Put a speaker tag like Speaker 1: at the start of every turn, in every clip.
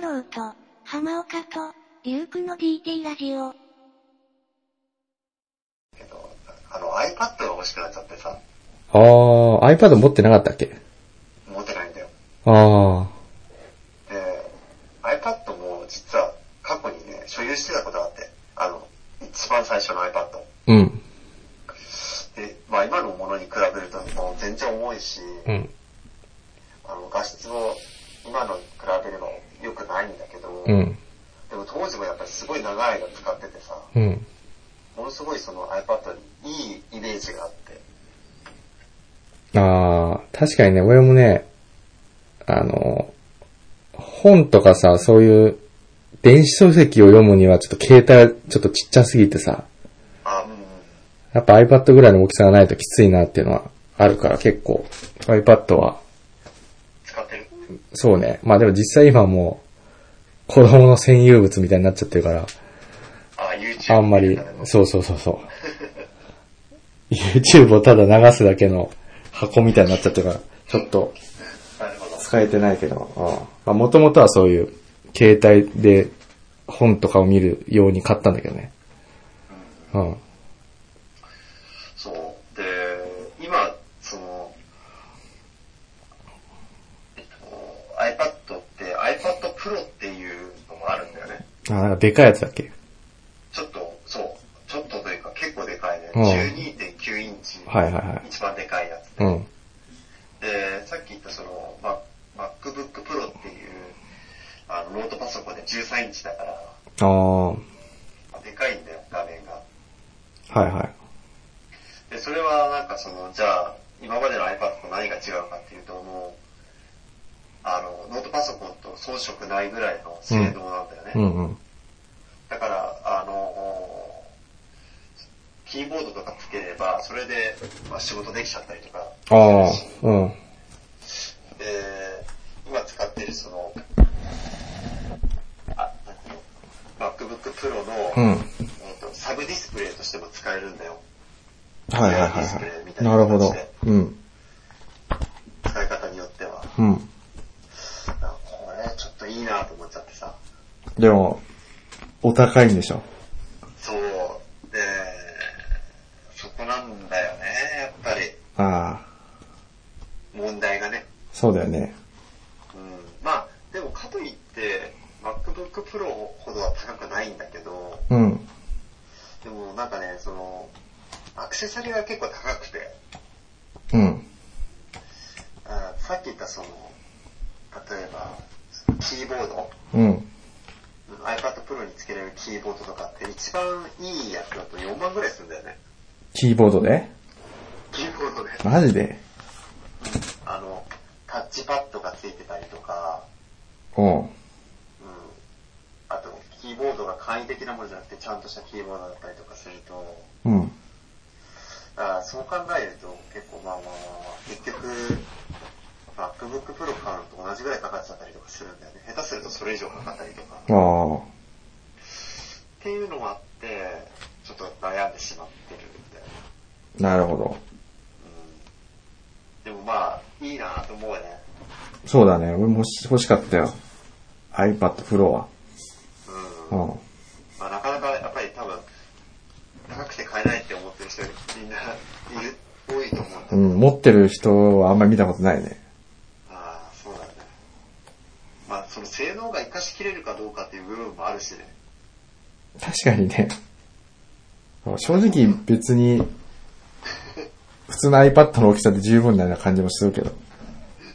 Speaker 1: 郎と、浜岡と、リュウクの DT ラジオ。
Speaker 2: けど、あの iPad が欲しくなっちゃってさ、
Speaker 3: あー、iPad 持ってなかったっけ
Speaker 2: 持てないんだよ。
Speaker 3: あ
Speaker 2: で、iPad も実は過去にね、所有してたことがあって、あの、一番最初の iPad。
Speaker 3: ー、うん、
Speaker 2: で、まあ今のものに比べるともう全然重いし、
Speaker 3: うん、
Speaker 2: あの画質も今のに比べれば良くないんだけど、
Speaker 3: うん、
Speaker 2: でも当時もやっぱりすごい長い間使っててさ、
Speaker 3: うん。
Speaker 2: ものすごいその iPad にいいイメージがあって、
Speaker 3: あー、確かにね、俺もね、あの、本とかさ、そういう、電子書籍を読むにはちょっと携帯がちょっとちっちゃすぎてさ、
Speaker 2: あ、うん、
Speaker 3: やっぱ iPad ぐらいの大きさがないときついなっていうのはあるから結構 iPad は、
Speaker 2: 使ってる。
Speaker 3: そうね。まあでも実際今もう子供の占有物みたいになっちゃってるから、
Speaker 2: あ、YouTube。
Speaker 3: あんまり、そうそうそうそう。YouTube をただ流すだけの箱みたいになっちゃってるから、ちょっと
Speaker 2: なるほど。
Speaker 3: 使えてないけど、うんまあもともとはそういう携帯で本とかを見るように買ったんだけどね。うん。
Speaker 2: そう。で、今、その、えっと、iPad って iPad Pro っていうのもあるんだよね。
Speaker 3: あ、なんかでかいやつだっけ
Speaker 2: ちょっと、そう、ちょっとというか結構でかいね。
Speaker 3: うん
Speaker 2: 12.9インチ。
Speaker 3: はいはいはい
Speaker 2: 一番でかいやつで。
Speaker 3: うん。
Speaker 2: で、さっき言ったその、ま、MacBook Pro っていう、あの、ノートパソコンで13インチだから、
Speaker 3: ああ、は
Speaker 2: でかいんだよ、画面が。
Speaker 3: いはい。
Speaker 2: で、それはなんかその、じゃあ、今までの iPad と何が違うかっていうと、もう、あの、ノートパソコンと遜色ないぐらいの性能なんだよね。
Speaker 3: うんうん。
Speaker 2: だから、あの、キーボードとかつければ、それで、まあ、仕事できちゃったりとか、
Speaker 3: ああ、うん。
Speaker 2: で、今使ってるその、あ、なんていうの MacBook Pro の、
Speaker 3: うん
Speaker 2: えっとサブディスプレイとしても使えるんだよ。
Speaker 3: はいはいはい
Speaker 2: ディスプレイみ
Speaker 3: は
Speaker 2: た
Speaker 3: い。
Speaker 2: いな
Speaker 3: なるほど。うん。
Speaker 2: 使い方によっては。
Speaker 3: うん。
Speaker 2: あこれちょっといいなと思っちゃってさ。
Speaker 3: でも、お高いんでしょ。
Speaker 2: そう。で、そこなんだよね、やっぱり。
Speaker 3: ああ、
Speaker 2: 問題がね。
Speaker 3: そうだよね。
Speaker 2: うん。まあ、でもかといって、MacBook Pro ほどは高くないんだけど、
Speaker 3: うん。
Speaker 2: でもなんかね、その、アクセサリーが結構高くて、
Speaker 3: うん。
Speaker 2: あさっき言ったその、例えば、キーボード、
Speaker 3: うん。
Speaker 2: iPad Pro につけれるキーボードとかって一番いいやつだと4万ぐらいするんだよね。
Speaker 3: キーボードで
Speaker 2: キーボードで。
Speaker 3: マジで
Speaker 2: あの、タッチパッドがついてたりとか、
Speaker 3: うん。
Speaker 2: うん、あと、キーボードが簡易的なものじゃなくて、ちゃんとしたキーボードだったりとかすると、
Speaker 3: うん。
Speaker 2: だからそう考えると、結構まあまあまあまあ、結局、MacBook Pro 買うのと同じぐらいかかっちゃったりとかするんだよね。下手するとそれ以上かかったりとか。
Speaker 3: ああ。
Speaker 2: っていうのもあって、ちょっと悩んでしまってるんだよね。
Speaker 3: なるほど。
Speaker 2: でもまあ、いいなと思うよね。
Speaker 3: そうだね。俺もし欲しかったよ。iPad Pro は。
Speaker 2: うん。
Speaker 3: うん。
Speaker 2: まあなかなかやっぱり多分、高くて買えないって思ってる人みんないる、多いと思うんだけど。
Speaker 3: うん、持ってる人はあんまり見たことないね。
Speaker 2: ああ、そうだね。まあその性能が活かしきれるかどうかっていう部分もあるしね。
Speaker 3: 確かにね。正直別に、普通の iPad の大きさで十分なような感じもするけど。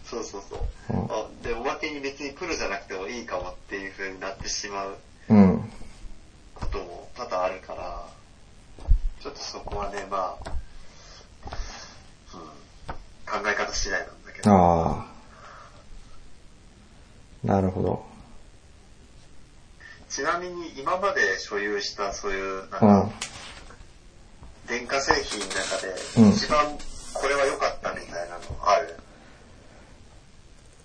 Speaker 2: そうそうそう。
Speaker 3: うん
Speaker 2: あで、おまけに別にプロじゃなくてもいいかもっていう風になってしまう
Speaker 3: うん。
Speaker 2: ことも多々あるから、ちょっとそこはね、まあ、うん、考え方次第なんだけど。
Speaker 3: ああ。なるほど。
Speaker 2: ちなみに今まで所有したそういう、なん
Speaker 3: う
Speaker 2: か
Speaker 3: ん、。
Speaker 2: 電化製品の中で
Speaker 3: うん、
Speaker 2: 一番これは良かったみたいなのある、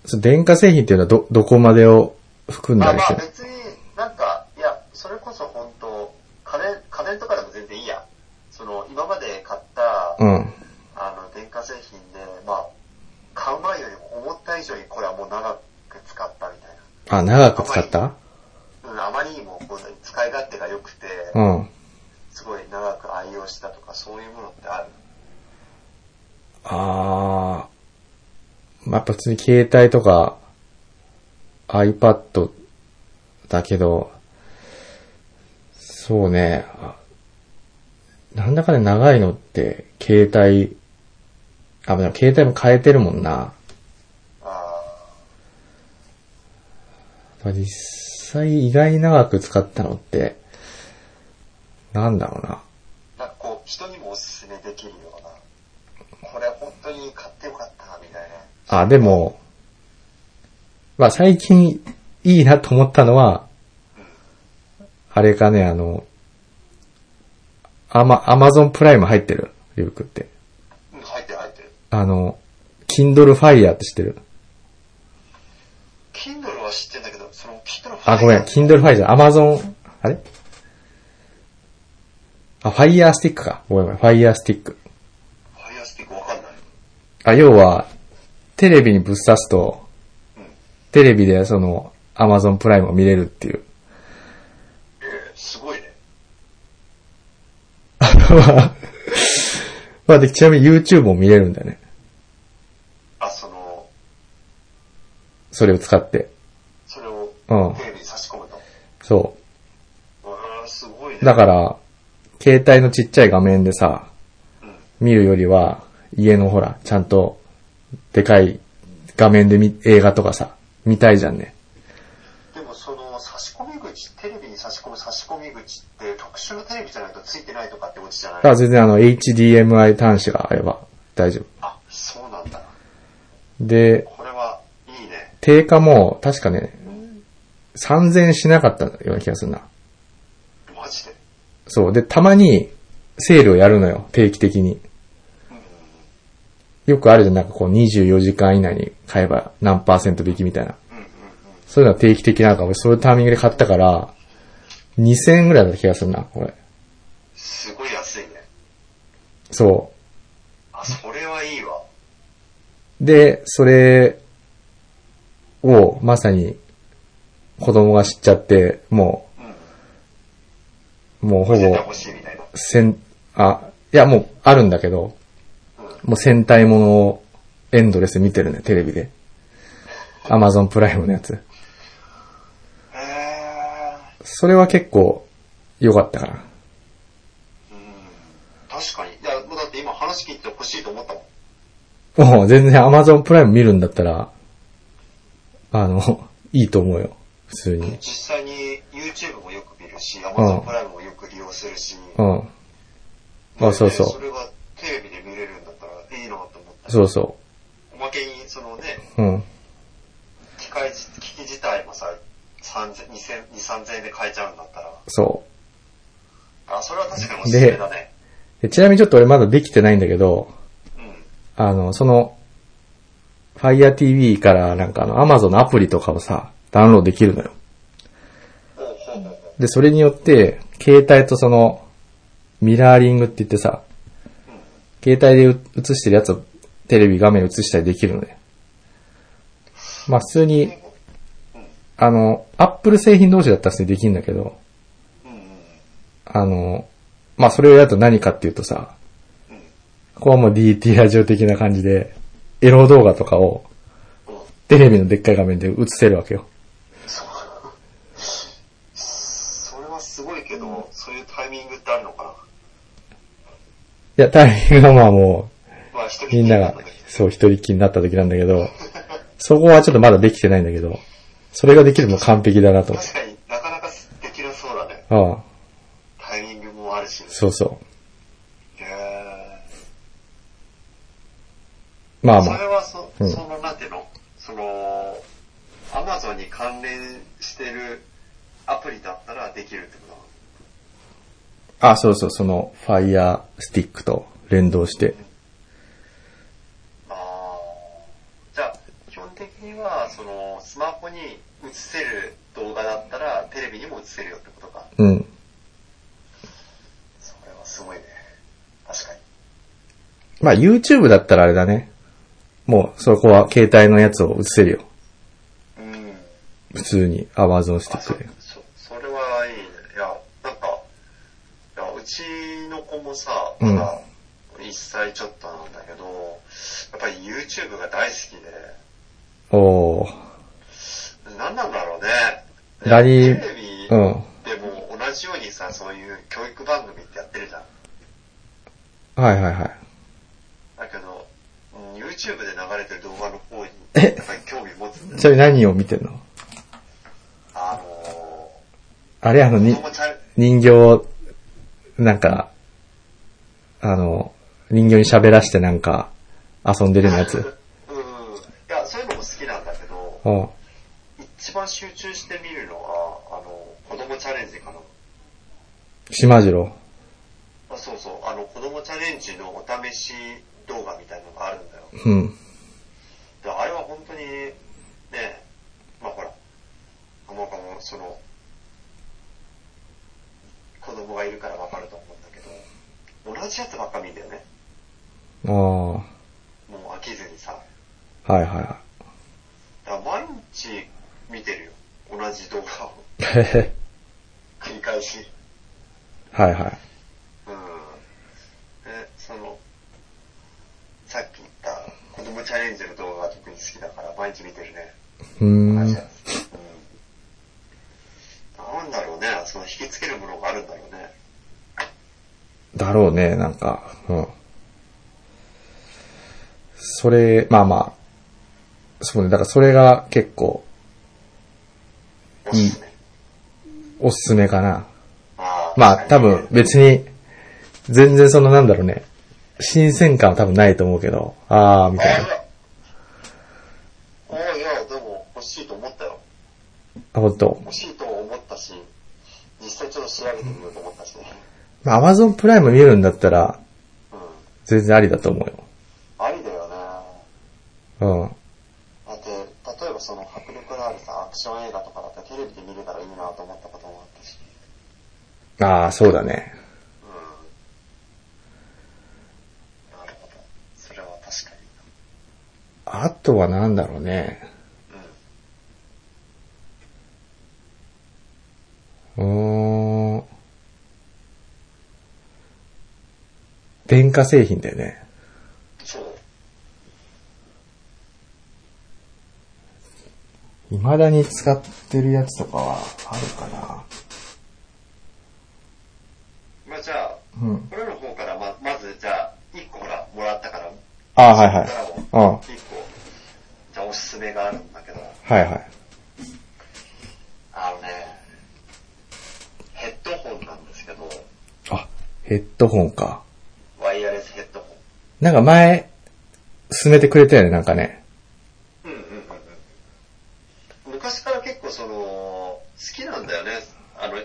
Speaker 3: その電化製品っていうのはど、どこまでを含ん
Speaker 2: ま
Speaker 3: だ
Speaker 2: あ
Speaker 3: り
Speaker 2: ま
Speaker 3: して
Speaker 2: あ
Speaker 3: る
Speaker 2: 別になんか、いや、それこそ本当家電、家電とかでも全然いいや。その、今まで買った、
Speaker 3: うん。
Speaker 2: あの、電化製品で、まあ、買う前よりも思った以上にこれはもう長く使ったみたいな。
Speaker 3: ああ、長く使った
Speaker 2: うん、あまりにもこう使い勝手が良くて、
Speaker 3: うん。
Speaker 2: すごい長く愛用したとか、そういうものってある。
Speaker 3: あー。まあ、やっぱ普通に携帯とか iPad だけど、そうね。あなんだかね、長いのって、携帯、あ、でも携帯も変えてるもんな。
Speaker 2: あ
Speaker 3: まあ実際意外に長く使ったのって、なんだろうな。
Speaker 2: ーなんかこう、人にもおすすめできるような、これ本当に買ってよかった、みたいな。
Speaker 3: あ、でも、まあ最近いいなと思ったのは、あれかね、あの、アマ、アマゾンプライム入ってる、リュウクって。
Speaker 2: うん、入ってる入ってる。
Speaker 3: あの、Kindle Fire って知ってる
Speaker 2: Kindle は知ってんだけど、その Kindle
Speaker 3: あ、ごめん、Kindle Fire じゃ、Amazon、あれあ、Fire Stick か。ごめんごめん、Fire Stick。
Speaker 2: ファイアスティックわかんない。
Speaker 3: あ、要は、テレビにぶっ刺すと、テレビでその、Amazon プライムを見れるっていう。
Speaker 2: ええすごいね。
Speaker 3: まあ、で、ちなみに YouTube も見れるんだよね。
Speaker 2: あ、その、
Speaker 3: それを使って。
Speaker 2: それを
Speaker 3: うん
Speaker 2: テレビに差し込むと。
Speaker 3: そ
Speaker 2: わー、すごいね。
Speaker 3: う。だから、携帯のちっちゃい画面でさ、
Speaker 2: うん。
Speaker 3: 見るよりは、家のほら、ちゃんと、でかい画面で見、映画とかさ、見たいじゃんね。
Speaker 2: でもその差し込み口、テレビに差し込む差し込み口って特殊なテレビじゃないとついてないとかってことじゃ
Speaker 3: だか
Speaker 2: ない
Speaker 3: ら全然あの、HDMI 端子があれば大丈夫。
Speaker 2: あ、そうなんだ。
Speaker 3: で、
Speaker 2: これはいいね。
Speaker 3: 定価も、確かね、3000円しなかったような気がするな。
Speaker 2: マジで。
Speaker 3: そう。で、たまに、セールをやるのよ、定期的に。よくあるじゃん、なんかこう24時間以内に買えば何パーセント引きみたいな。そういうのは定期的なのか、俺そういうタイミングで買ったから、2000円ぐらいだった気がするな、これ。
Speaker 2: すごい安いね。
Speaker 3: そ
Speaker 2: あ、それはいいわ。
Speaker 3: う。で、それを、まさに、子供が知っちゃって、もう、もうほ
Speaker 2: 教えて
Speaker 3: ぼ、
Speaker 2: ほしいみたいな。
Speaker 3: 戦、あ、いやもうあるんだけど、もう戦隊ものをエンドレス見てるね、テレビで。アマゾンプライムのやつ。
Speaker 2: へ
Speaker 3: それは結構良かったかな。
Speaker 2: ー。確かに。いや、もうだって今話聞いてほしいと思ったもん。
Speaker 3: もう全然 Amazon プライム見るんだったら、あの、 いいと思うよ。普通に。
Speaker 2: 実際に YouTube もよく見るし、Amazon プライムもよく利用するし。
Speaker 3: うん。あ、そう
Speaker 2: でそ
Speaker 3: そう。
Speaker 2: れがテレビで見れるんだったらいいなと思った。
Speaker 3: そうそ
Speaker 2: おまけに、そのね、
Speaker 3: う。うん。
Speaker 2: 機械じ、機器自体もさ、3000、2000、3000円で買えちゃうんだったら。
Speaker 3: そ
Speaker 2: あ、それは確かにおすすめだね。
Speaker 3: う。でちなみにちょっと俺まだできてないんだけど、
Speaker 2: うん。
Speaker 3: あの、その、Fire TV からなんかあの Amazon のアプリとかをさ、ダウンロードできるのよ。
Speaker 2: ほうほうほうほ
Speaker 3: で、それによって、携帯とその、ミラーリングって言ってさ、携帯でう映してるやつをテレビ画面に映したりできるので。まあ普通に、あの、アップル製品同士だったら普通にできるんだけど、あの、まあそれをやると何かっていうとさ、ここはもう DT ラジオ的な感じで、エロ動画とかをテレビのでっかい画面で映せるわけよ。
Speaker 2: う。それはすごいけど、そういうタイミングってあるのか
Speaker 3: いや、タイミングはまあもう、
Speaker 2: なまあ人
Speaker 3: みんなが、そう、一人っきりになった時なんだけど、そこはちょっとまだできてないんだけど、それができるの完璧だなと思って。
Speaker 2: 確かになかなかできなそうだね。
Speaker 3: ああ、
Speaker 2: タイミングもあるしね。
Speaker 3: そうそ
Speaker 2: へー
Speaker 3: う。まあ
Speaker 2: そ
Speaker 3: ま
Speaker 2: れ
Speaker 3: あ、
Speaker 2: はそ、
Speaker 3: うん
Speaker 2: その、なんていうのその、アマゾンに関連してるアプリだったらできるってことなの
Speaker 3: あ、そうそう、その、ファイヤースティックと連動して、
Speaker 2: あーじゃあ、基本的には、その、スマホに映せる動画だったら、テレビにも映せるよってことか。
Speaker 3: うん。
Speaker 2: それはすごいね。確かに。
Speaker 3: まあ YouTube だったらあれだね。もう、そこは携帯のやつを映せるよ。
Speaker 2: うん。
Speaker 3: 普通に Amazon スティ
Speaker 2: あ
Speaker 3: ッ
Speaker 2: そ
Speaker 3: クで。
Speaker 2: そそれはいいね。いや、なんか、いやうちの子もさ、
Speaker 3: う
Speaker 2: ま
Speaker 3: ん
Speaker 2: だ1歳ちょっとなんだけど、やっぱり YouTube が大好きで、
Speaker 3: おー。
Speaker 2: 何なんだろうね。
Speaker 3: 何
Speaker 2: テレビ
Speaker 3: うん。
Speaker 2: でも同じようにさ、そういう教育番組ってやってるじゃん。
Speaker 3: はいはいはい。
Speaker 2: だけど、うん YouTube で流れてる動画の方に、や
Speaker 3: え
Speaker 2: っぱり興味持つんだよ
Speaker 3: ちなみに何を見てんの
Speaker 2: あの
Speaker 3: あれあの、
Speaker 2: ー、
Speaker 3: に
Speaker 2: 子、供チャレ
Speaker 3: 人形を、なんか、あの、人形に喋らしてなんか、遊んでるようなやつ。
Speaker 2: うん。いや、そういうのも好きなんだけど、
Speaker 3: うん。
Speaker 2: 一番集中して見るのは、あの、子供チャレンジかな。
Speaker 3: 島次郎。
Speaker 2: あそうそう、あの、子供チャレンジのお試し動画みたいのがあるんだよ。
Speaker 3: うん。
Speaker 2: であれは本当に、ね、まあほら、なんかもうその、子供がいるからわかると思うんだけど、同じやつばっか見んだよね。
Speaker 3: ああ。は
Speaker 2: もう飽きずにさ。
Speaker 3: いはい は
Speaker 2: だから毎日見てるよ。同じ動画を
Speaker 3: い。へへ。
Speaker 2: 繰り返し。
Speaker 3: はいはい。
Speaker 2: うん。で、その、さっき言った子供チャレンジの動画が特に好きだから毎日見てるね。
Speaker 3: うーん。
Speaker 2: 同
Speaker 3: は
Speaker 2: じ
Speaker 3: い
Speaker 2: やつ。うん。なんだろうね。その引きつけるものがあるんだろうね。
Speaker 3: だろうね、なんか、うん。それ、まあまあ、そうね、だからそれが結構
Speaker 2: おすすめ。
Speaker 3: おすすめかな。
Speaker 2: あー
Speaker 3: まあ多分。別に、全然そのなんだろうね、新鮮感は多分ないと思うけど、あーみ
Speaker 2: 確
Speaker 3: た
Speaker 2: か
Speaker 3: い
Speaker 2: に
Speaker 3: な。
Speaker 2: ねあいや、あいや、でも欲しいと思ったよ。
Speaker 3: あ、ほんと。
Speaker 2: 欲しいと思ったし、実際ちょっと調べてみようと思ったしね。
Speaker 3: まあ Amazon プライム見えるんだったら、
Speaker 2: うん。
Speaker 3: 全然ありだと思うよ。
Speaker 2: ありだよね。
Speaker 3: うん。
Speaker 2: だって、例えばその迫力のあるさ、アクション映画とかだったらテレビで見れたらいいなと思ったこともあったし。
Speaker 3: ああ、そうだね。
Speaker 2: うん。なるほど。それは確かに。
Speaker 3: あとはなんだろうね。うーん。電化製品だよね。
Speaker 2: そう。
Speaker 3: 未だに使ってるやつとかはあるか
Speaker 2: まあじゃあ、
Speaker 3: な。うん。
Speaker 2: 俺の方からま、まずじゃあ、1個ほら、もらったから、
Speaker 3: ああ、はいはい。
Speaker 2: から
Speaker 3: うん。は
Speaker 2: も、1個、じゃあおすすめがあるんだけど、
Speaker 3: いはい。
Speaker 2: あのね、ヘッドホンなんですけど、
Speaker 3: あ、ヘッドホンか。
Speaker 2: ワイヤレスヘッドホン。
Speaker 3: なんか前、勧めてくれたよね、なんかね。
Speaker 2: うんうんうんうん。昔から結構その、好きなんだよね。あの、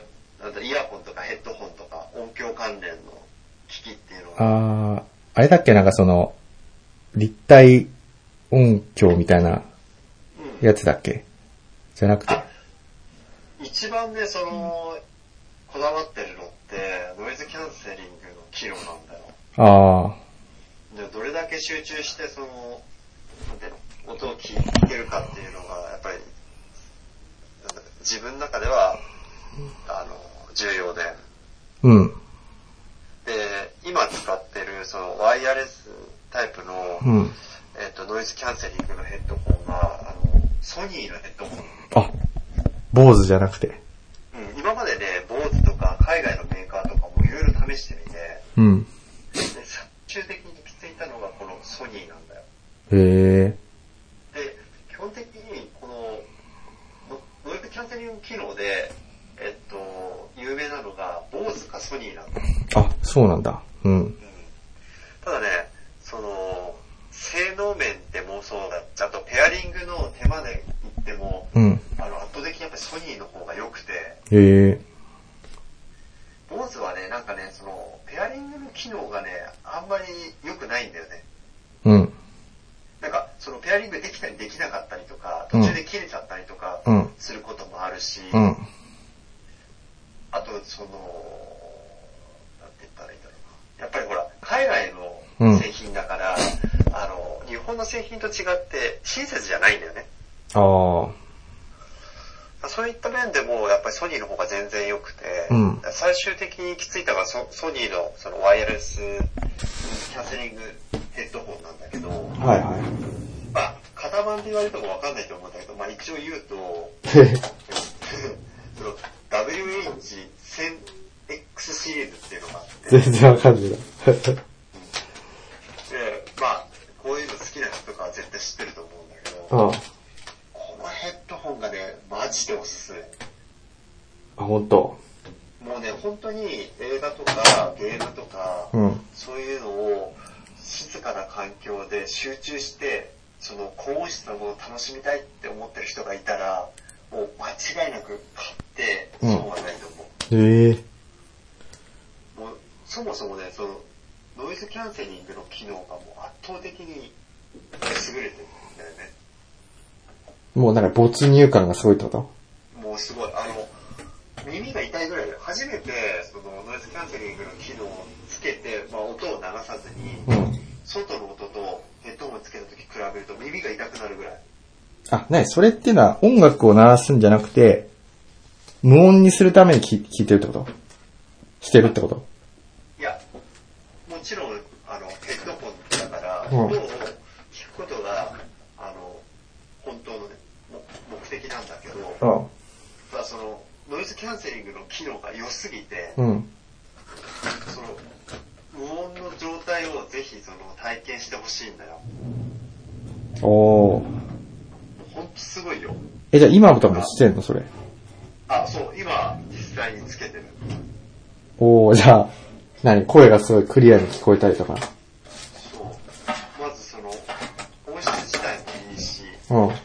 Speaker 2: なんだイヤホンとかヘッドホンとか音響関連の機器っていうのが。
Speaker 3: ああ、あれだっけなんかその、立体音響みたいなやつだっけじゃなくて。
Speaker 2: 一番ね、その、こだわってるのって、ノイズキャンセリングの機能なんだよ。
Speaker 3: あ
Speaker 2: でどれだけ集中して、その、なんていうの、音を聞聞けるかっていうのが、やっぱり、なんだ自分の中では、あの、重要で。
Speaker 3: あ、うん、
Speaker 2: で、今使ってる、その、ワイヤレスタイプの、
Speaker 3: うん。
Speaker 2: えっと、ノイズキャンセリングのヘッドホンが、あの、ソニーのヘッドホン。
Speaker 3: あ、坊主じゃなくて。
Speaker 2: うん、今までね、坊主とか、海外のメーカーとかもいろいろ試してみて、
Speaker 3: うん。
Speaker 2: で、最終的に行き着いたのがこのソニーなんだよ。
Speaker 3: へえ。
Speaker 2: で、基本的に、このノ、ノイズキャンセリング機能で、えっと、有名なのが、坊主かソニーなんだよ。
Speaker 3: あ、そうなんだ。うん。
Speaker 2: ただね、その、性能面でもそうだあとペアリングの手間で言っても、
Speaker 3: うん。
Speaker 2: あの、圧倒的にやっぱりソニーの方が良くて、
Speaker 3: へえ。
Speaker 2: 坊主はね、なんかね、その、ペアリングの機能がね、あんまり良くないんだよね。
Speaker 3: うん。
Speaker 2: なんか、そのペアリングできたりできなかったりとか、途中で切れちゃったりとか
Speaker 3: うん、
Speaker 2: することもあるし、
Speaker 3: うん。
Speaker 2: あと、その、なんて言ったらいいんだろうな。やっぱりほら、海外の製品だから、あの、日本の製品と違って親切じゃないんだよね。
Speaker 3: ああ。
Speaker 2: そういった面でも、やっぱりソニーの方が全然良くて、
Speaker 3: うん
Speaker 2: 最終的に行き着いたのはソソニーのそのワイヤレスキャスリングヘッドホンなんだけど、
Speaker 3: はいは
Speaker 2: まあ、型番で言われてもわかんないと思うんだけど、まあ一応言うと、
Speaker 3: い。
Speaker 2: その WH1000X シリーズっていうのがあって、
Speaker 3: 全然わか んない。
Speaker 2: で、まあ、こういうの好きな人とかは絶対知ってると思うんだけど、
Speaker 3: うん。あ、
Speaker 2: このヘッドホンがね、マジでおすすめ。
Speaker 3: ほんと。
Speaker 2: もうね、本当に映画とかゲームとか、
Speaker 3: うん。
Speaker 2: そういうのを静かな環境で集中して、その高音質なものを楽しみたいって思ってる人がいたら、もう間違いなく買って、
Speaker 3: うん
Speaker 2: 損はないと思
Speaker 3: ええ
Speaker 2: う。もうそもそもね、そのノイズキャンセリングの機能がもう圧倒的に優れてるんだよね。
Speaker 3: もうなんか没入感がすごいってこと
Speaker 2: もうすごい、あの、耳が痛いぐらいで、初めて、その、ノイズキャンセリングの機能をつけて、まあ、音を流さずに、
Speaker 3: うん。
Speaker 2: 外の音とヘッドホンをつけた時比べると耳が痛くなるぐらい。
Speaker 3: あ、なにそれっていうのは音楽を鳴らすんじゃなくて、無音にするために聞聞いてるってことしてるってこと
Speaker 2: いや、もちろん、あの、ヘッドホンだから、
Speaker 3: うん
Speaker 2: 音を聞くことが、あの、本当のね、も目的なんだけど、ただその、ノイズキャンセリングの機能が良すぎて、
Speaker 3: うん。
Speaker 2: その、無音の状態をぜひ、その、体験してほしいんだよ。
Speaker 3: お
Speaker 2: も
Speaker 3: ー。
Speaker 2: うほんとすごいよ。
Speaker 3: え、じゃあ今も多分してんのそれ。
Speaker 2: あ、そう、今、実際につけてる。
Speaker 3: おー、じゃあ、なに声がすごいクリアに聞こえたりとか。
Speaker 2: そう。まずその、音質自体もいいし、
Speaker 3: うん。
Speaker 2: 結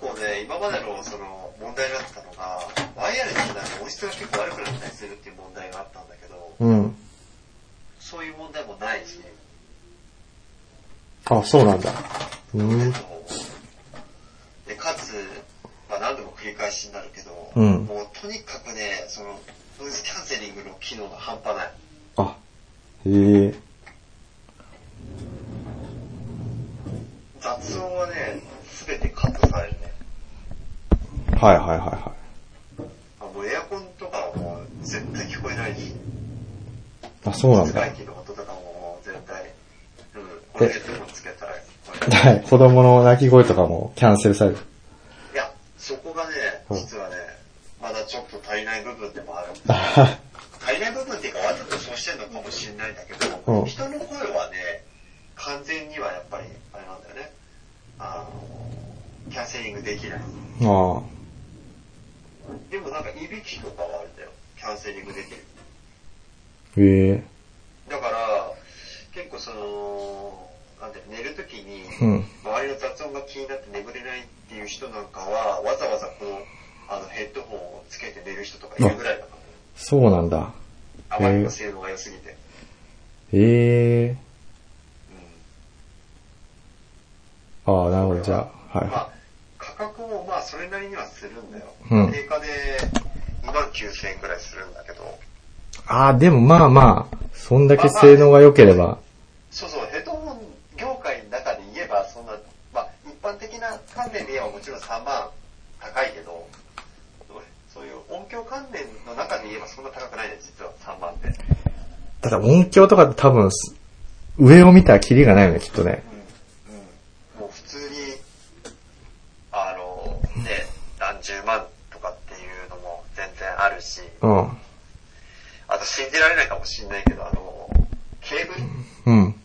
Speaker 2: 構ね、今までのその、問題だったのが、ワイヤレスになると音質が結構悪くなったりするっていう問題があったんだけど、
Speaker 3: うん。
Speaker 2: そういう問題もないし、
Speaker 3: あ、そうなんだ。うん。
Speaker 2: そうで、かつ、まあ何度も繰り返しになるけど、
Speaker 3: うん
Speaker 2: もうとにかくね、その、ノイズキャンセリングの機能が半端ない。
Speaker 3: あ、へえ。
Speaker 2: 雑音はね、すべてカットされるね。
Speaker 3: はいはいはいは
Speaker 2: あもうエアコンとかはもう絶対聞こえないし、
Speaker 3: い。あ、そうなん
Speaker 2: 室
Speaker 3: だ
Speaker 2: 外。機の音とかももう絶対、うん、これヘッドホンつけたら、これ。
Speaker 3: はい子供の泣き声とかもキャンセルされる。
Speaker 2: いや、そこがね、
Speaker 3: うん
Speaker 2: 実はね、まだちょっと足りない部分でもある。
Speaker 3: あはは
Speaker 2: 足りない部分っていうか、わざとそうしてるのかもしれないんだけ
Speaker 3: うん
Speaker 2: ど、人の声はね、完全にはやっぱり、あれなんだよね、あの、キャンセリングできない。
Speaker 3: あ
Speaker 2: でもなんか、いびきとかはあるんだよ。キャンセリングできる。
Speaker 3: ーへえ。
Speaker 2: だから、結構その、なんだよ、寝るときに、
Speaker 3: うん。
Speaker 2: 周りの雑音が気になって眠れないっていう人なんかは、わざわざこの、あの、ヘッドホンをつけて寝る人とかいるぐらいだか
Speaker 3: そうなんだ。
Speaker 2: ら、あまりの性能が良すぎて。
Speaker 3: へえ。ああ、なるほ
Speaker 2: う
Speaker 3: ど、
Speaker 2: ん
Speaker 3: じゃあ、
Speaker 2: ま
Speaker 3: は
Speaker 2: あ、価格もまあ、それなりにはするんだよ。
Speaker 3: うん
Speaker 2: 定価で2万9000円ぐらいするんだけど、
Speaker 3: い。ああ、でもまあまあ、そんだけ性能が良ければ、
Speaker 2: そうそう、ヘッドホン業界の中で言えば、そんな、まあ、一般的な関連で言えばもちろん3万高いけど、そういう音響関連の中で言えばそんな高くないね、実は3万って。
Speaker 3: ただ音響とかって多分、上を見たらキリがないよね、きっとね。
Speaker 2: うんもう普通に、あの、ね、何十万とかっていうのも全然あるし、
Speaker 3: うん。
Speaker 2: あと信じられないかもしんないけど、あの、ケーブル、
Speaker 3: うん。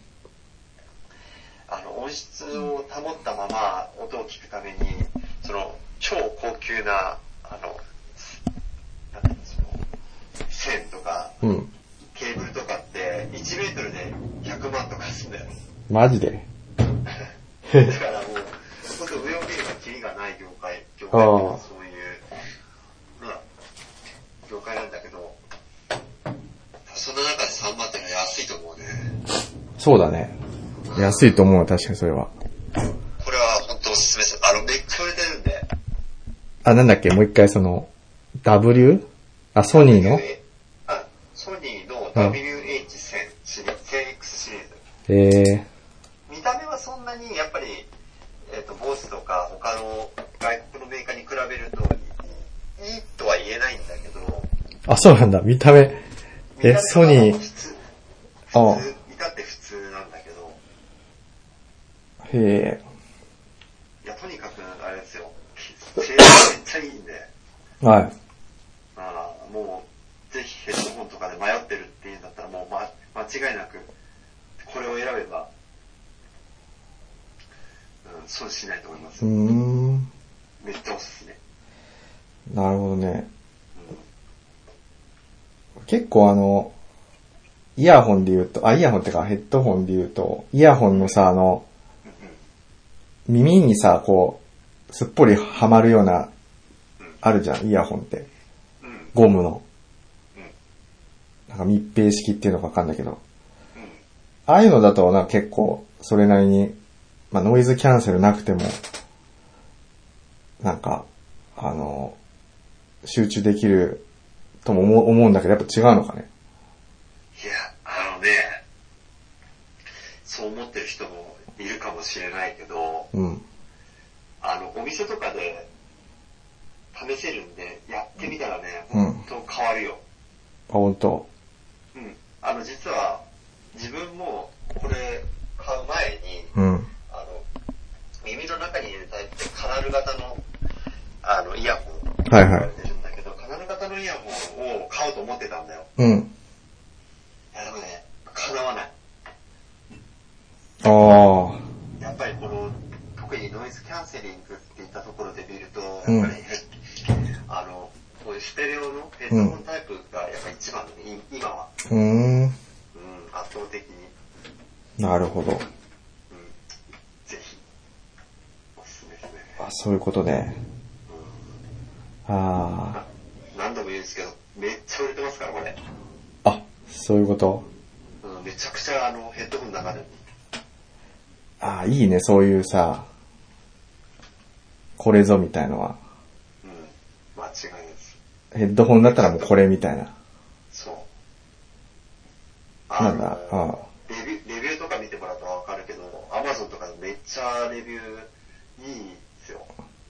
Speaker 2: あの、音質を保ったまま音を聞くために、その、超高級な、あの、なんていうのその、線とか、
Speaker 3: うん。
Speaker 2: ケーブルとかって、1メートルで100万とかするんだよ。
Speaker 3: マジで。
Speaker 2: だからもう、ほんと上を見ればキリがない業界、業界っていうの
Speaker 3: ああ
Speaker 2: はそういう、まあ、業界なんだけど、その中で3万ってのは安いと思うね。
Speaker 3: そうだね。安いと思う、確かにそれは。
Speaker 2: これは本当おすすめです。あの、めっちゃ売れてるんで。
Speaker 3: あ、なんだっけ、もう一回その、W? あ、ソニーの
Speaker 2: あソニーの
Speaker 3: うん
Speaker 2: WH1000 シリーズ、1000X シリーズ。
Speaker 3: ええ
Speaker 2: 見た目はそんなに、やっぱり、えっ、と、ボースとか他の外国のメーカーに比べると、いいとは言えないんだけど、
Speaker 3: あ、そうなんだ。見た目。え、ソニ
Speaker 2: ー
Speaker 3: ー。ああ
Speaker 2: 普通、見たって普通なんだけど、
Speaker 3: へ
Speaker 2: いや、とにかく、あれですよ、性能めっちゃいいんで、
Speaker 3: え。はい。
Speaker 2: ああもう、ぜひヘッドホンとかで迷ってるっていうんだったら、もう、ま、間違いなく、これを選べば、うん、損しないと思います
Speaker 3: うー
Speaker 2: よ。
Speaker 3: ん。
Speaker 2: めっちゃおすすめ。
Speaker 3: なるほどね。
Speaker 2: うん
Speaker 3: 結構あの、イヤホンで言うと、あ、イヤホンってかヘッドホンで言うと、イヤホンのさ、あの、耳にさ、こう、すっぽりはまるような、あるじゃん、イヤホンって。
Speaker 2: うん、
Speaker 3: ゴムの
Speaker 2: うん。
Speaker 3: なんか密閉式っていうのかわかんないけど。
Speaker 2: うん、
Speaker 3: ああいうのだと、なんか結構、それなりに、まあ、ノイズキャンセルなくても、なんか、あの、集中できるとも思う思うんだけど、やっぱ違うのかね。
Speaker 2: いや、あのね、そう思ってる人もいるかもしれないけど、
Speaker 3: うん。
Speaker 2: あの、お店とかで試せるんで、やってみたらね、
Speaker 3: うん
Speaker 2: 本当変わるよ。
Speaker 3: あ、ほんと。
Speaker 2: うん。あの、実は、自分もこれ買う前に、
Speaker 3: うん。
Speaker 2: あの、耳の中に入れるタイプでカナル型の、あの、イヤホンを
Speaker 3: はいはい
Speaker 2: てるんだけど、カナル型のイヤホンを買おうと思ってたんだよ。
Speaker 3: うん。
Speaker 2: いや、でもね、叶わない。
Speaker 3: ああ。
Speaker 2: やっぱりこの、特にノイズキャンセリングっていったところで見ると、やっぱ
Speaker 3: う
Speaker 2: り
Speaker 3: ん、
Speaker 2: あの、こういうステレオのヘッドホンタイプがやっぱり一番だね、い今は。
Speaker 3: うーん。
Speaker 2: うん、圧倒的に。
Speaker 3: なるほど。
Speaker 2: うん、ぜひ、おすすめですね。
Speaker 3: あ、そういうことね。あ
Speaker 2: 何度も言うんですけど、めっちゃ売れてますから、これ。
Speaker 3: あ。あ、そういうこと。
Speaker 2: うん、めちゃくちゃあの、ヘッドホンの中で。
Speaker 3: ああ、いいね、そういうさ、これぞみたいのは。
Speaker 2: うん、間違いないです。
Speaker 3: ヘッドホンだったらもうこれみたいな。
Speaker 2: そう。
Speaker 3: なんだ、
Speaker 2: の
Speaker 3: あ
Speaker 2: レビューレビューとか見てもらうとわかるけど、アマゾンとかでめっちゃレビューいいんですよ。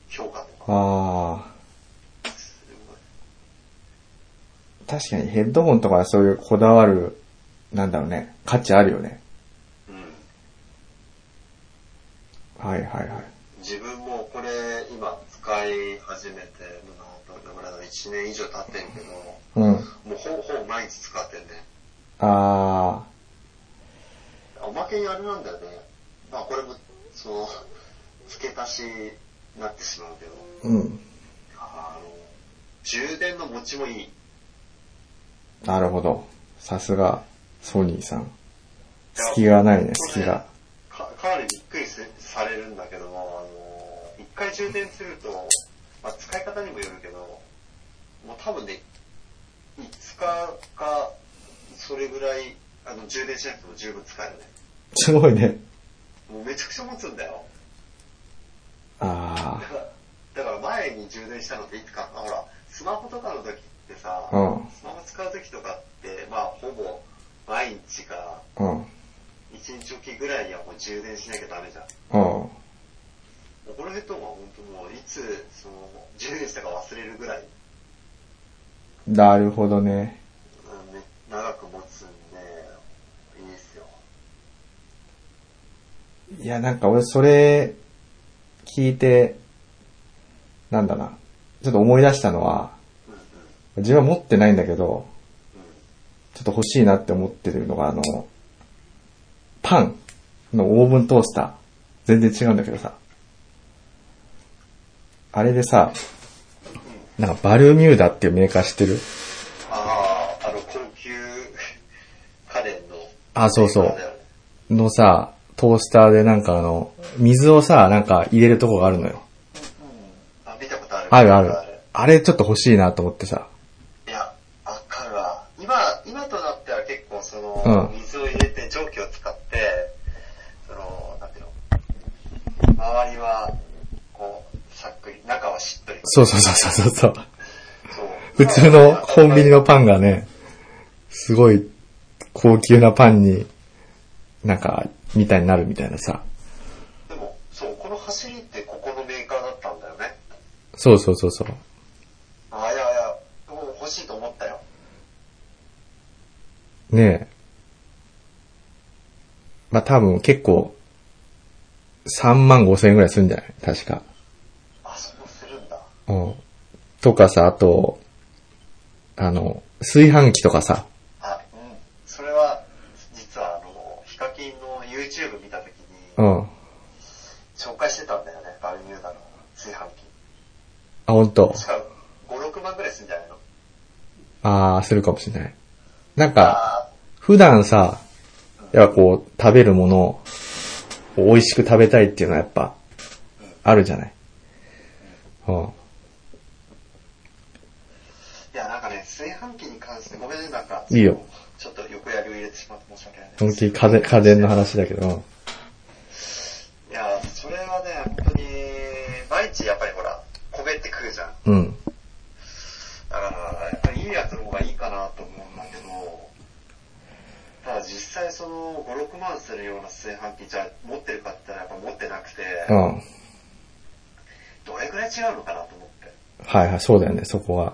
Speaker 2: 評価と
Speaker 3: あ。
Speaker 2: か。
Speaker 3: あ
Speaker 2: す
Speaker 3: あ。確かにヘッドホンとかはそういうこだわる、なんだろうね、価値あるよね。
Speaker 2: ごいうん。
Speaker 3: はいはいはい。
Speaker 2: 自分もこれ今使い始めて、もうどのぐらいだろう、1年以上経ってんけど、
Speaker 3: うん。
Speaker 2: もうほぼほぼ毎日使ってんね。
Speaker 3: ああ。
Speaker 2: おまけにあれなんだよね。まあこれも、その、付け足しになってしまうけど、
Speaker 3: うん。
Speaker 2: あの、充電の持ちもいい。
Speaker 3: なるほど。さすが、ソニーさん。隙がないね、隙が。
Speaker 2: かかなりびっくりすされるんだけども、あの、一回充電すると、まあ、使い方にもよるけど、もう多分ね、5日か、それぐらい、あの、充電しなくても十分使えるね。
Speaker 3: すごいね。
Speaker 2: もうめちゃくちゃ持つんだよ。
Speaker 3: あ
Speaker 2: だから、だから前に充電したのっていつか、あほら、スマホとかの時ってさ、
Speaker 3: あ。うん。
Speaker 2: スマホ使う時とかって、まあ、ほぼ、毎日か、
Speaker 3: うん。
Speaker 2: 1日おきぐらいにはもう充電しなきゃダメじゃん。
Speaker 3: うん。
Speaker 2: もうこのヘッドホンは本当もういつその充電したか忘れるぐらい、
Speaker 3: なるほどね。
Speaker 2: うんね長く持つんで、いいですよ。
Speaker 3: いや、なんか俺それ、聞いて、なんだな。ちょっと思い出したのは、
Speaker 2: うんうんうん
Speaker 3: 自分は持ってないんだけど、ちょっと欲しいなって思ってるのが、あの、パンのオーブントースター。全然違うんだけどさ。あれでさ、なんかバルミューダっていうメーカー知ってる
Speaker 2: ああ、あの高級家電の。
Speaker 3: あ、そうそ
Speaker 2: だよ
Speaker 3: う。
Speaker 2: ね
Speaker 3: のさ、トースターでなんかあの、水をさ、なんか入れるとこがあるのよ。
Speaker 2: あ、見たことある。
Speaker 3: あるある
Speaker 2: 見たこと。
Speaker 3: あれちょっと欲しいなと思ってさ。
Speaker 2: いや、わかるわ。今、今となっては結構その、
Speaker 3: うん
Speaker 2: 水を入れて蒸気を使って、その、なんていうの、周りは、こう、さっくり、中はしっとり。
Speaker 3: そうそうそうそうそう。
Speaker 2: そう。
Speaker 3: 普通のコンビニのパンがね、すごい高級なパンに、なんか、みたいになるみたいなさ。
Speaker 2: でも、そう、この走りってここのメーカーだったんだよね。
Speaker 3: そうそうそうそう。
Speaker 2: あ
Speaker 3: ねえ。まあ、多分結構、3万5千円ぐらいするんじゃない確か。
Speaker 2: あ、そうするんだ。
Speaker 3: うん。とかさ、あと、あの、炊飯器とかさ、
Speaker 2: あ、うん。それは、実はあの、ヒカキンの YouTube 見たとき
Speaker 3: う
Speaker 2: に、
Speaker 3: ん。あ、
Speaker 2: 紹介してたんだよね、バルミューダの炊飯器。
Speaker 3: ほんと。
Speaker 2: 確か、5、6万ぐらいするんじゃないの
Speaker 3: あー、するかもしれない。なんか、
Speaker 2: あ
Speaker 3: 普段さ、やっぱこう、食べるものをこう美味しく食べたいっていうのはやっぱ、あるじゃない。うん。
Speaker 2: ーいや、なんかね、炊飯器に関して、ごめんね、なんか、
Speaker 3: いいよ
Speaker 2: ちょっと横やりを入れてしまって申し訳ないね
Speaker 3: 本当に家電、家電の話だけど、
Speaker 2: いや、それはね、本当に、毎日やっぱりほら、米って食うじゃん。
Speaker 3: うん。うん。
Speaker 2: だから、やっぱりいいやつの方がいいかなと思うんだけど、ただ実際その5、6万するような炊飯器じゃ持ってるかって言ったらやっぱ持ってなくて、
Speaker 3: うん。
Speaker 2: どれぐらい違うのかなと思って。
Speaker 3: はいはい、そうだよね、そこは。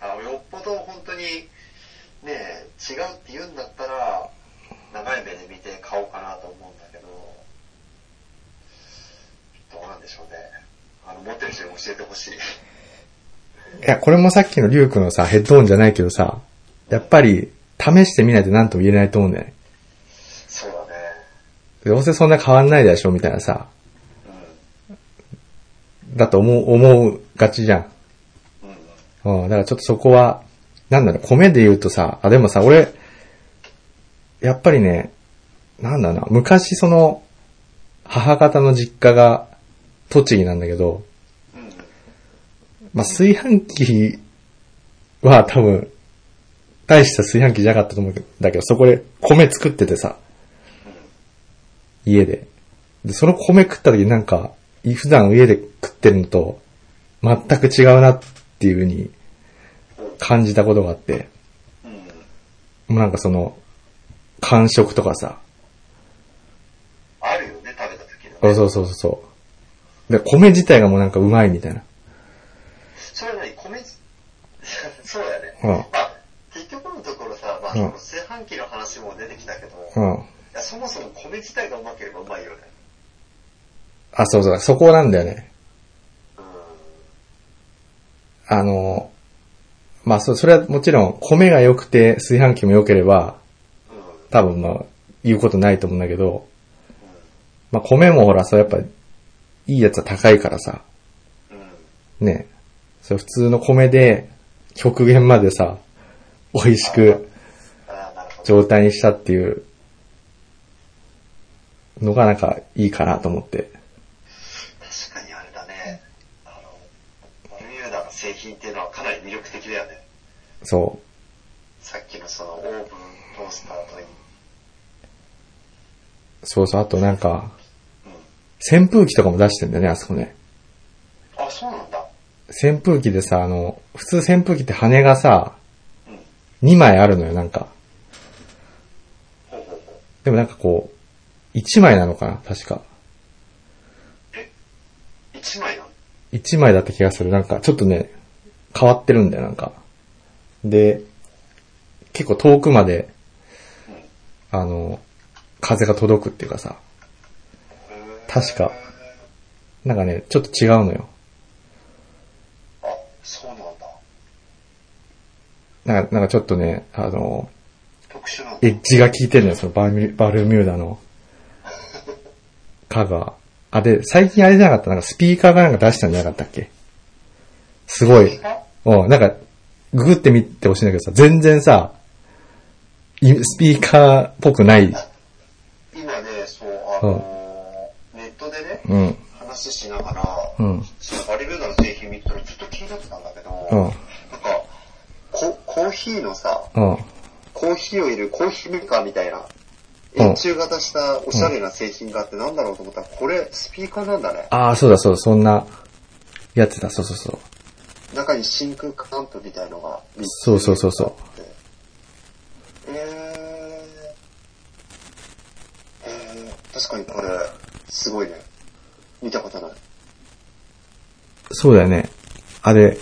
Speaker 2: あのよっぽど本当に、ね、違うって言うんだったら、長い目で見て買おうかなと思うんだけど、どうなんでしょうね。あの、持ってる人に教えてほしい。
Speaker 3: いや、これもさっきのリュウ君のさ、ヘッドオンじゃないけどさ、やっぱり、試してみないと何とも言えないと思うんだよね。
Speaker 2: そうだね。
Speaker 3: どうせそんな変わんないでしょ、みたいなさ、
Speaker 2: う
Speaker 3: だと思う、思うがちじゃん。
Speaker 2: ん。うん。
Speaker 3: うん、だからちょっとそこは、なんだろう、米で言うとさ、あ、でもさ、俺、やっぱりね、なんだろうな、昔その、母方の実家が、栃木なんだけど、
Speaker 2: うん。
Speaker 3: まあ、炊飯器は多分、大した炊飯器じゃなかったと思うんだけど、そこで米作っててさ、家で。で、その米食った時なんか、い普段家で食ってるのと、全く違うなっていう風に感じたことがあって、
Speaker 2: うん。
Speaker 3: もうなんかその、感触とかさ、
Speaker 2: あるよね、食べた時の、ね。
Speaker 3: そうそうそうそう。で、米自体がもうなんかうまいみたいな。
Speaker 2: それは何米じ、そうだよね。
Speaker 3: うん
Speaker 2: まあ、結局のところさ、まあ、
Speaker 3: うん
Speaker 2: その炊飯器の話も出てきたけど、
Speaker 3: う
Speaker 2: い
Speaker 3: ん。
Speaker 2: やそもそも米自体がうまければうまいよね。
Speaker 3: あ、そうそう、そこなんだよね。
Speaker 2: うん。
Speaker 3: あの、まあ、そ、それはもちろん、米が良くて、炊飯器も良ければ、
Speaker 2: うん。
Speaker 3: 多分まあ、言うことないと思うんだけど、まあ、米もほら、そうやっぱ、いいやつは高いからさ、
Speaker 2: うん。
Speaker 3: ね。そう、普通の米で、極限までさ、美味しく
Speaker 2: ああ、なるほど。
Speaker 3: 状態にしたっていう、のがなんか、いいかなと思って。
Speaker 2: 確かにあれだね。あの、バルミューダの製品っていうのはかなり魅力的だよね。
Speaker 3: そ
Speaker 2: さっきのそのオーブン、トースターといい。
Speaker 3: う。そうそう、あとなんか、
Speaker 2: うん。
Speaker 3: 扇風機とかも出してんだよね、あそこね。
Speaker 2: あ、そうなんだ。
Speaker 3: 扇風機でさ、あの、普通扇風機って羽がさ、
Speaker 2: うん。
Speaker 3: 2枚あるのよ、なんか。
Speaker 2: ほうほうほう。
Speaker 3: でもなんかこう、1枚なのかな確か。
Speaker 2: え一枚なの
Speaker 3: 1枚だった気がする。なんか、ちょっとね、変わってるんだよ、なんか。で、結構遠くまで、あの、風が届くっていうかさ、
Speaker 2: へー
Speaker 3: 確か。なんかね、ちょっと違うのよ。
Speaker 2: あ、そうなんだ。
Speaker 3: なんか、なんかちょっとね、あの、
Speaker 2: 特殊なんだ。
Speaker 3: エッジが効いてるのよ、そのバルミバルミューダの。カが。あ、で、最近あれじゃなかったなんかスピーカーがなんか出したんじゃなかったっけすごい。うん、なんか、ググってみてほしいんだけどさ、全然さ、いスピーカーっぽくない。
Speaker 2: 今ね、そう、あのーネットでね、
Speaker 3: うん、
Speaker 2: 話しながら、
Speaker 3: うん、
Speaker 2: そのバリルーダの製品見てたらずっと気になってたんだけど、
Speaker 3: うん、う
Speaker 2: なん
Speaker 3: ん
Speaker 2: か、ココーヒーのさ、。コーヒーを入れるコーヒーメーカーみたいな、
Speaker 3: うん
Speaker 2: 円柱型したおしゃれな製品があってなんだろうと思ったら、これスピーカーなんだね。
Speaker 3: ああ、そうだそうだ、そんな、やってた、そうそうそう。
Speaker 2: 中に真空管プみたいのが3つ
Speaker 3: そうそうそうそ
Speaker 2: えー、えー、確かにこれ、すごいね。見たことない。
Speaker 3: う。そうだよね。あれ、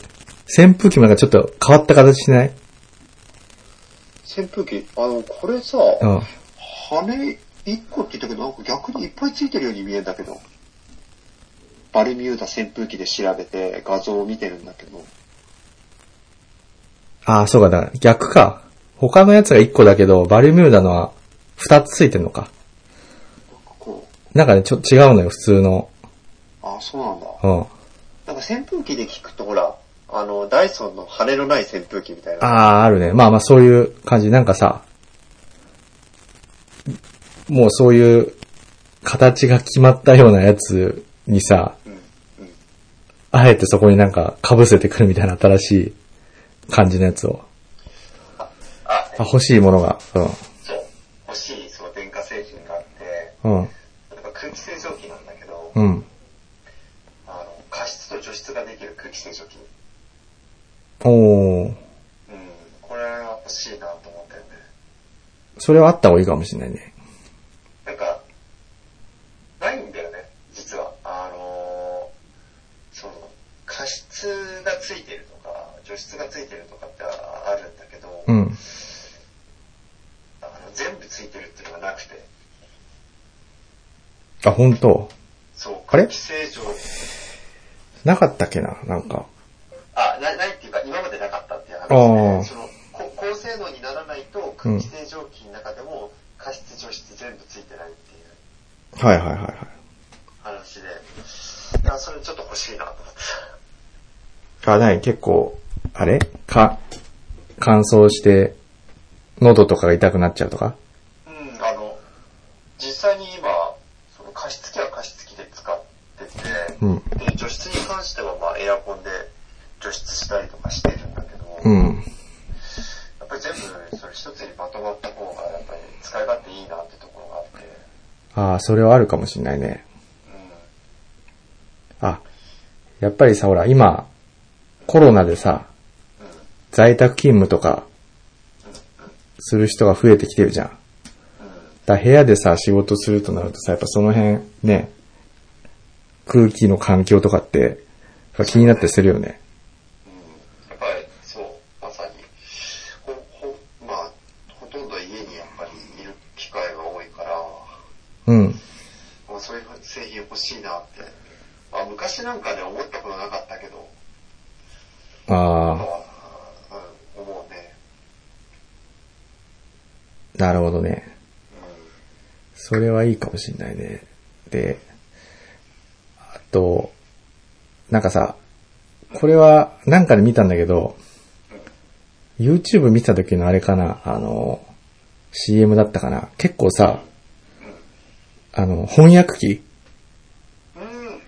Speaker 3: 扇風機もなんかちょっと変わった形しない
Speaker 4: 扇風機、あの、これさ、
Speaker 3: うん。
Speaker 4: 羽1個って言ったけど、なんか逆にいっぱいついてるように見えるんだけど。バルミューダ扇風機で調べて画像を見てるんだけど。
Speaker 3: ああ、そうか、だから逆か。他のやつが1個だけど、バルミューダのは2つついてんのか。
Speaker 4: こ
Speaker 3: なんかね、ちょっと違うのよ、普通の。
Speaker 4: う、あ、そうなんだ。
Speaker 3: うん。
Speaker 4: なんか扇風機で聞くとほら、あの、ダイソンの羽のない扇風機みたいな。
Speaker 3: ああ、あるね。まあまあそういう感じ。なんかさ、もうそういう形が決まったようなやつにさ、
Speaker 4: うん、うん。
Speaker 3: あえてそこになんか被せてくるみたいな新しい感じのやつを。
Speaker 2: あ、
Speaker 3: あ、欲しいものが。
Speaker 2: そう。欲しい、その電化製品があって、
Speaker 3: うん。うん。
Speaker 2: 例えば空気清浄機なんだけど、
Speaker 3: うん。
Speaker 2: あの、加湿と除湿ができる空気清浄機。
Speaker 3: おー。
Speaker 2: うん。これは欲しいなと思ったよね。
Speaker 3: それはあった方がいいかもしれないね。
Speaker 2: なんか、ないんだよね、実は。あのー、その、加湿がついてるとか、除湿がついてるとかってあるんだけど、
Speaker 3: うん。
Speaker 2: あの全部ついてるっていうのがなくて、
Speaker 3: あ、本当
Speaker 2: そう、
Speaker 3: あれ
Speaker 2: 空気清浄、
Speaker 3: なかったっけななんか。
Speaker 2: あな、ないっていうか、今までなかったっていう話
Speaker 3: ああ
Speaker 2: で、その、こ高性能にならないと空気清浄機の中でも加湿除湿全部ついてないっていう
Speaker 3: はいはいはいはい。
Speaker 2: 話で、いや、それちょっと欲しいなと思って
Speaker 3: あ、ない、結構、あれか、乾燥して、喉とかが痛くなっちゃうとか
Speaker 2: うん、あの、実際に今、その加湿器は加湿器で使ってて、
Speaker 3: うん
Speaker 2: で、除湿に関してはまあエアコンで除湿したりとかしてるんだけど、
Speaker 3: う
Speaker 2: や
Speaker 3: ん。
Speaker 2: っぱり全部それ一つにまとまった方がやっぱり使い勝手いいなってところがあって、
Speaker 3: ああ、それはあるかもしんないね。
Speaker 2: う
Speaker 3: あ、やっぱりさ、ほら、今、コロナでさ、在宅勤務とか、する人が増えてきてるじゃん。だから部屋でさ、仕事するとなるとさ、やっぱその辺、ね、空気の環境とかって、が気になってするよね。
Speaker 2: ん、うん。やっぱりそう、まさに、ほ、ほ、まあ、ほとんど家にやっぱりいる機会が多いから、
Speaker 3: うん。
Speaker 2: もうそういう製品欲しいなって、まあ昔なんかね思ったことなかったけど、
Speaker 3: ああ、
Speaker 2: うん、思うね。
Speaker 3: なるほどね。
Speaker 2: う
Speaker 3: それはいいかもしんないね。で、あと、なんかさ、これはなんかで見たんだけど、YouTube 見てた時のあれかな、あの、CM だったかな。結構さ、あの、翻訳機
Speaker 2: ん。うん。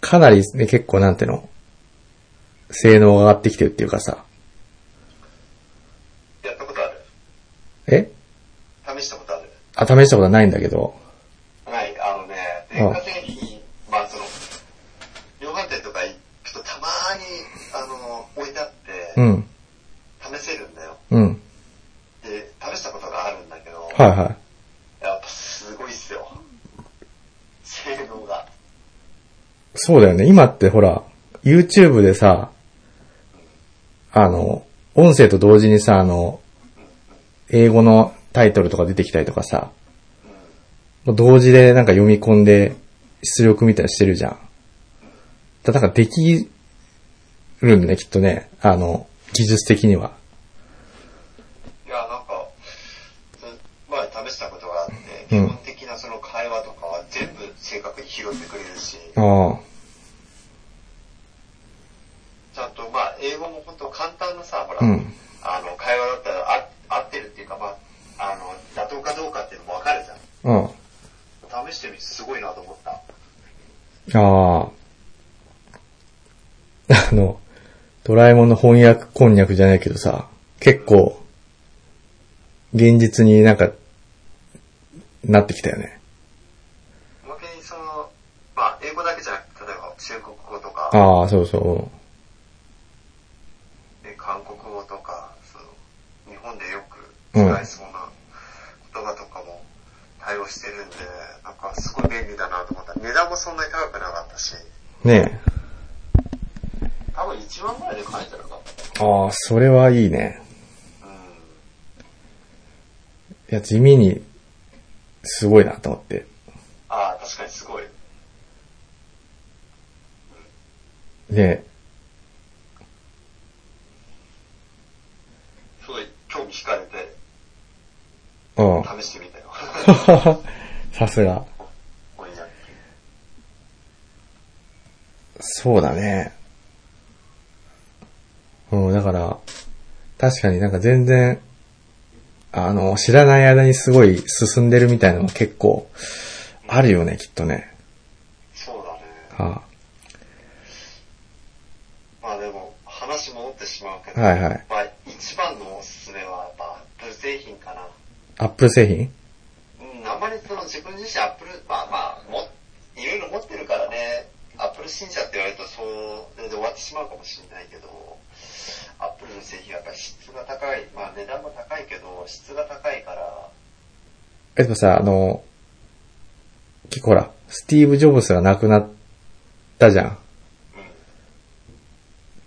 Speaker 3: かなりね、結構なんていうの性能が上がってきてるっていうかさ、
Speaker 2: やったことあ
Speaker 3: え
Speaker 2: る。試したことある。
Speaker 3: あ、試したことはないんだけど、
Speaker 2: はい、あのね、電化製品、まあその、量販店とか行くとたまーに、あの、置いてあっ
Speaker 3: う
Speaker 2: て、
Speaker 3: ん、
Speaker 2: 試せるんだよ。
Speaker 3: うん、
Speaker 2: で、試したことがあるんだけど、
Speaker 3: はいはい。
Speaker 2: やっぱすごいっすよ。性能が。
Speaker 3: そうだよね。今ってほら、YouTube でさ、あの、音声と同時にさ、あの、英語のタイトルとか出てきたりとかさ、もう同時でなんか読み込んで出力みたいにしてるじゃん。だからなんかできるんだね、きっとね。あの、技術的には。
Speaker 2: いや、なんか、ず前試したことがあって、
Speaker 3: う
Speaker 2: 基
Speaker 3: ん
Speaker 2: 本的なその会話とかは全部正確に拾ってくれるし、
Speaker 3: あ
Speaker 2: ちゃんと、まあ、英語も本当簡単なさ、ほら、
Speaker 3: うん
Speaker 2: あの、会話だったらあ合ってるっていうか、まあ、あの、妥当かどうかっていうのもわかるじゃ
Speaker 3: あ、うん。
Speaker 2: ん。試してみてすごいなと思った。
Speaker 3: あ あ。あの、ドラえもんの翻訳こんにゃくじゃないけどさ、結構、現実になんか、なってきたよね。
Speaker 2: おまけにその、まあ、英語だけじゃなくて、例えば中国語とか、
Speaker 3: ああ、そうそう。
Speaker 2: で韓国語とか、その、日本でよく使いそうな言葉とかも対応してるんで、なんかすごい便利だなと思った。値段もそんなに高くなかったし、
Speaker 3: ねえ。
Speaker 2: 多分1万ぐらいで買えてなかった。
Speaker 3: ああ、それはいいね。
Speaker 2: うん。
Speaker 3: や、地味に、すごいなと思って。
Speaker 2: ああ、確かにすごい。
Speaker 3: で、
Speaker 2: すごい興味惹かれて、
Speaker 3: うん。
Speaker 2: 試してみたよ。
Speaker 3: さすが。
Speaker 2: 翻訳。
Speaker 3: そうだね。うん、だから、確かになんか全然、あの、知らない間にすごい進んでるみたいなのも結構、あるよね、きっとね。
Speaker 2: そうだね。
Speaker 3: は
Speaker 2: まあでも、話戻ってしまうけ
Speaker 3: あ、
Speaker 2: ど、
Speaker 3: はいはい。
Speaker 2: まあ一番のおすすめはやっぱアップル製品かな。
Speaker 3: アップル製品
Speaker 2: うん、あんまりその自分自身アップル、まあまあ、も、いろいろ持ってるからね、アップル信者って言われるとそう、で終わってしまうかもしれないけど、アップルの製品はやっぱり質が高い、まあ値段も高いけど、質が高いから、
Speaker 3: えっとさ、あの、結構ほら、スティーブ・ジョブスが亡くなったじゃん。
Speaker 2: うん、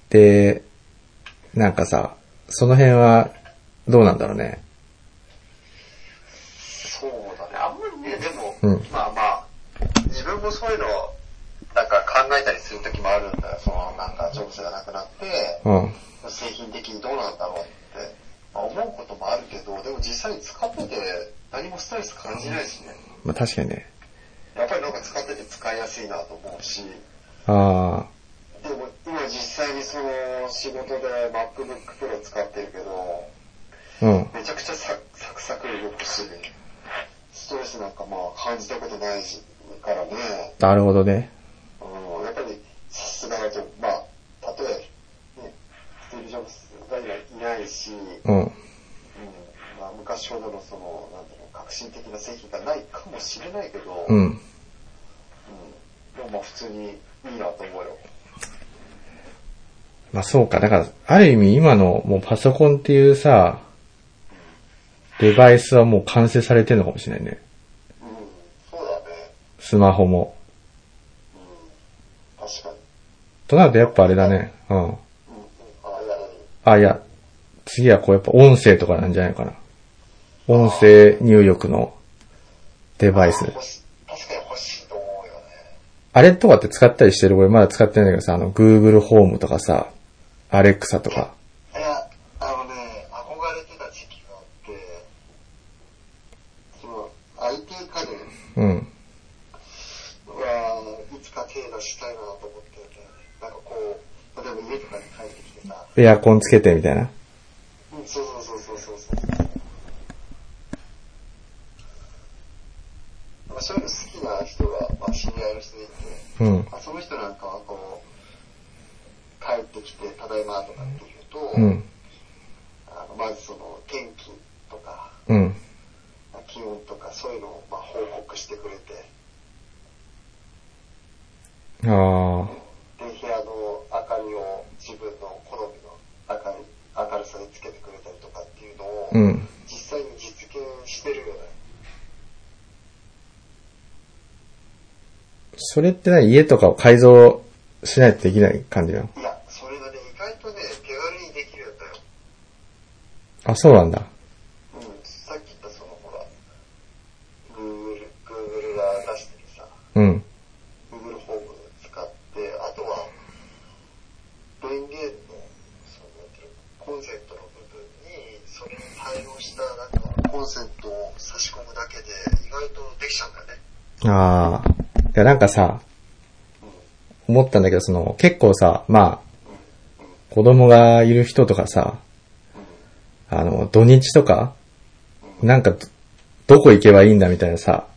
Speaker 3: で、なんかさ、その辺は、どうなんだろうね。
Speaker 2: そうだね。あんまりね、でも、
Speaker 3: うん
Speaker 2: まあまあ、自分もそういうのを、なんか考えたりするときもあるんだよ。その、なんか、ジョブズがなくなって、
Speaker 3: うん。
Speaker 2: 製品的にどうなんだろうって、まあ、思うこともあるけど、でも実際に使ってて、何もストレス感じないしね。
Speaker 3: まあ確かにね。
Speaker 2: やっぱりなんか使ってて使いやすいなと思うし、
Speaker 3: ああ、
Speaker 2: でも今実際にその仕事で MacBook Pro 使ってるけど、
Speaker 3: うん。
Speaker 2: めちゃくちゃサクサクサク動くし、ストレスなんかまあ感じたことないしからね、
Speaker 3: なるほどね。
Speaker 2: うん、やっぱりさすがだと、まあ、たとえ、ね、スティーブ・ジョブスが今いないし、うん、
Speaker 3: うん。
Speaker 2: まあ昔ほどのその、なんていうの、革新的な製品がないかもしれないけど、
Speaker 3: う
Speaker 2: うん、
Speaker 3: ん。
Speaker 2: でもまあ普通にいいなと思うよ。
Speaker 3: まあそうか。だから、ある意味今のもうパソコンっていうさ、デバイスはもう完成されてるのかもしれないね。
Speaker 2: うん、そうだね。
Speaker 3: スマホも。
Speaker 2: 確かに。
Speaker 3: となるとやっぱあれだね。うん。
Speaker 2: うん、あれだね。
Speaker 3: あ、いや、次はこうやっぱ音声とかなんじゃないかな。音声入力のデバイス。
Speaker 2: 欲し確かに欲しいと思うよね。
Speaker 3: あれとかって使ったりしてる俺まだ使ってないんだけどさ、あの Google ホームとかさ、Alexa とか。
Speaker 2: いや、あのね、憧れてた時期があって、その IT 家電
Speaker 3: うん。
Speaker 2: はいつか手出したいなと思ってて、なんかこう、例えば家とかに帰ってきてさ、
Speaker 3: エアコンつけてみたいな。
Speaker 2: うん、そうそうそうそうそうそう。なんかそういうの好きな人が、まあ、知り合いの人でいて、
Speaker 3: うん。
Speaker 2: あその人なんかはこう、帰ってきて、ただいまとかって言うと、
Speaker 3: うん。
Speaker 2: あのまずその天気とか、
Speaker 3: うん。
Speaker 2: 気温とかそういうのをまあ報告してくれて、
Speaker 3: あ
Speaker 2: で、部屋の明かりを自分の好みの明かり、明るさにつけてくれたりとかっていうのを
Speaker 3: あ。、うん。
Speaker 2: 実際に実現してるよね。
Speaker 3: それって何家とかを改造しないとできない感じなの
Speaker 2: いや、それがね、意外とね、手軽にできるんだよ。
Speaker 3: あ、そうなんだ。
Speaker 2: うん、さっき言ったその、ほら、Google、Google が出してるさ、
Speaker 3: うん。
Speaker 2: Google ホーム使って、あとは、電源の、その、なんていうのコンセントの部分に、それに対応した、なんか、コンセントを差し込むだけで、意外とできちゃうんだね。
Speaker 3: ああ。いや、なんかさ、思ったんだけど、その、結構さ、まあ、子供がいる人とかさ、あの、土日とか、なんかど、どこ行けばいいんだみたいなさ、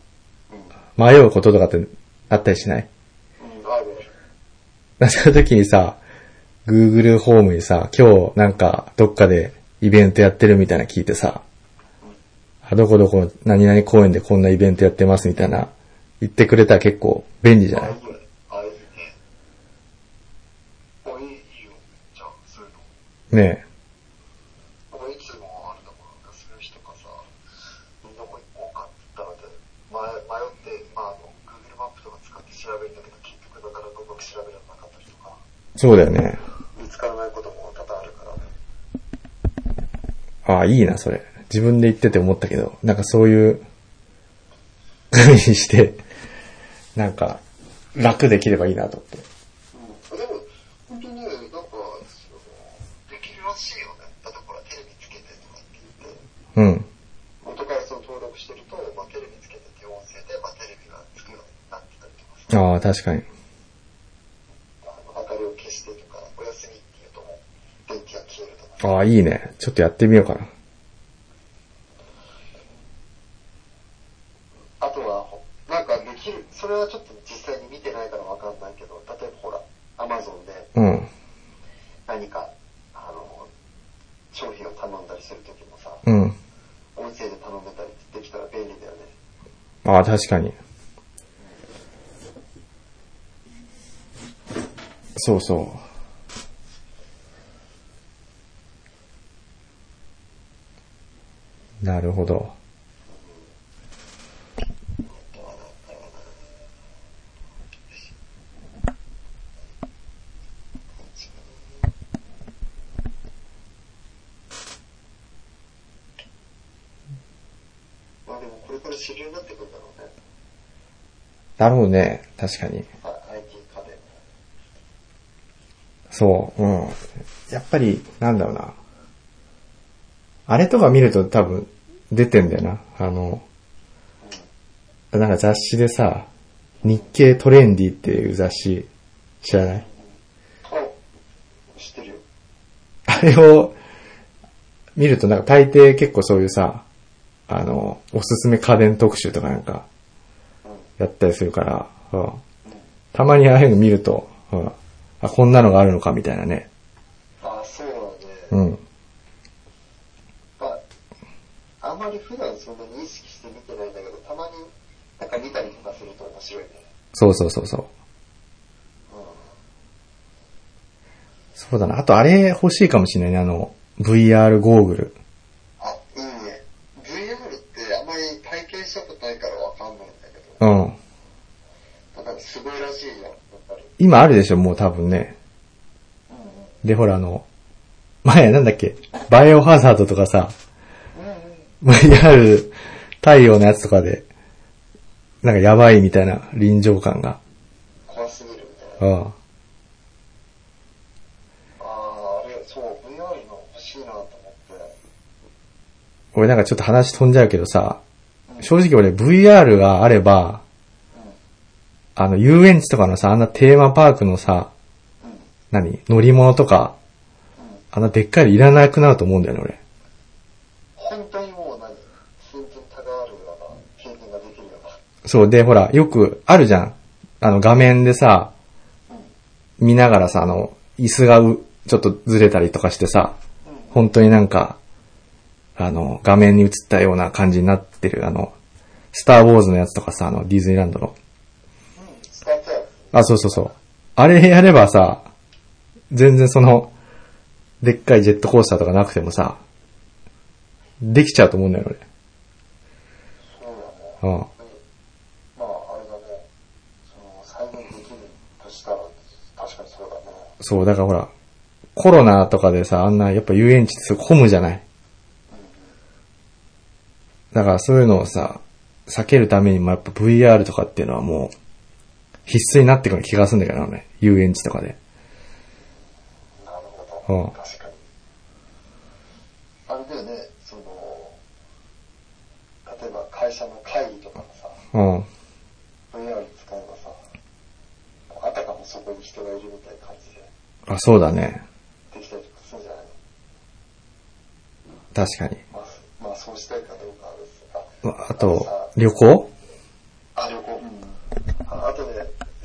Speaker 3: 迷うこととかってあったりしない
Speaker 2: うん、ある。
Speaker 3: なった時にさ、Google ホームにさ、今日なんかどっかでイベントやってるみたいなの聞いてさ、あどこどこ何々公園でこんなイベントやってますみたいな言ってくれたら結構便利じゃ
Speaker 2: あ
Speaker 3: ない
Speaker 2: いいよね。あいいね。おいいよ。じゃあ、そういうの。
Speaker 3: ね
Speaker 2: もういつもあれだもん、する人がさ、どこ行こうかって言ったらで、前迷って、まあ、あの、Google マップとか使って調べるんだけど、結局なかなかうまく調べられなかったりとか、
Speaker 3: え。そうだよね。
Speaker 2: 見つからないことも多々あるからね。
Speaker 3: ああ、いいな、それ。自分で言ってて思ったけど、なんかそういう、風にして、なんか、楽できればいいなと思って。
Speaker 2: うん、でも、本当ね、なんか、そのできるらしいよね。だってほら、テレビつけてとかって言って、
Speaker 3: うん。
Speaker 2: 元からその登録してると、まあ、テレビつけてって音声で、まあ、テレビがつくようになってたりとかさ、
Speaker 3: ああ、確かに。
Speaker 2: あの明かりを消してとか、お休みっていうともう、電気が消えるとかさ、
Speaker 3: ああ、いいね。ちょっとやってみようかな。
Speaker 2: あとは、ほなんかできる、それはちょっと実際に見てないからわかんないけど、例えばほら、アマゾンで
Speaker 3: うん。
Speaker 2: 何か、あの、商品を頼んだりするときもさ、
Speaker 3: うん。
Speaker 2: 音声で頼んでたりできたら便利だよね。
Speaker 3: ああ、確かに。そうそう。なるほど。
Speaker 2: まあでもこれから主流になってくるんだろうね。
Speaker 3: なるほどね。確かに。
Speaker 2: あ IT 家電。
Speaker 3: そう。うん。やっぱり、なんだろうな。あれとか見ると多分出てんだよな。あの、なんか雑誌でさ、日経トレンディっていう雑誌、知らない
Speaker 2: あ、知ってるよ。
Speaker 3: あれを見るとなんか大抵結構そういうさ、あの、おすすめ家電特集とかなんかやったりするから、うん、たまにああいうの見ると、うん、あ、こんなのがあるのかみたいなね。
Speaker 2: あ、そうだね。
Speaker 3: うん。
Speaker 2: まあ、あんまり普段そんなに意識して見てないんだけど、たまになんか見たりとかすると面白いね。
Speaker 3: そうそうそうそう。そうだな。あとあれ欲しいかもしれないね。あの、VR ゴーグル。
Speaker 2: あ、いいね。VR ってあんまり体験したことないからわかんないんだけど、
Speaker 3: うん。
Speaker 2: だからすごいらしいじゃん、やっぱり。
Speaker 3: 今あるでしょ、もう多分ね。で、ほらあの、前なんだっけ、バイオハザードとかさ、VR 太陽のやつとかで、なんかやばいみたいな臨場感が。
Speaker 2: 怖すぎるみたいな。
Speaker 3: うん。
Speaker 2: あー、あれ、そう、VR の欲しいなと思って。
Speaker 3: 俺なんかちょっと話飛んじゃうけどさ、正直俺 VR があれば、あの遊園地とかのさ、あんなテーマパークのさ、何乗り物とか、あんなでっかいのいらなくなると思うんだよね、俺。
Speaker 2: 本当にもう何貧困たがあるような経験ができるような。
Speaker 3: そう、で、ほら、よくあるじゃん。あの、画面でさ、見ながらさ、あの、椅子がう、ちょっとずれたりとかしてさ、本当になんか、あの、画面に映ったような感じになってる、あの、スターウォーズのやつとかさ、あの、ディズニーランドの。
Speaker 2: 使っちゃう。
Speaker 3: あ、そうそうそう。あれやればさ、全然その、でっかいジェットコースターとかなくてもさ、できちゃうと思うんだよね、
Speaker 2: そうだね。
Speaker 3: 俺。うん。
Speaker 2: まあ、あれだね。その、再現できるとしたら、確かにそうだね。
Speaker 3: そう、だからほら、コロナとかでさ、あんな、やっぱ遊園地ってすごい混むじゃない。だからそういうのをさ、避けるためにもやっぱ VR とかっていうのはもう、必須になってくる気がするんだけどね。遊園地とかで。
Speaker 2: なるほ
Speaker 3: う
Speaker 2: ど。
Speaker 3: ん。
Speaker 2: 確かに。あれだよね、その、例えば会社の会議とかもさ、
Speaker 3: うん。
Speaker 2: VR 使えばさ、あたかもそこに人がいるみたいな感じで
Speaker 3: あ、そうだね。
Speaker 2: できたりとかするんじゃないの
Speaker 3: 確かに。
Speaker 2: まあ、そまあ、そうしたいかどうかは別に。あ
Speaker 3: まあと、旅行
Speaker 2: あ、旅行。ああとね、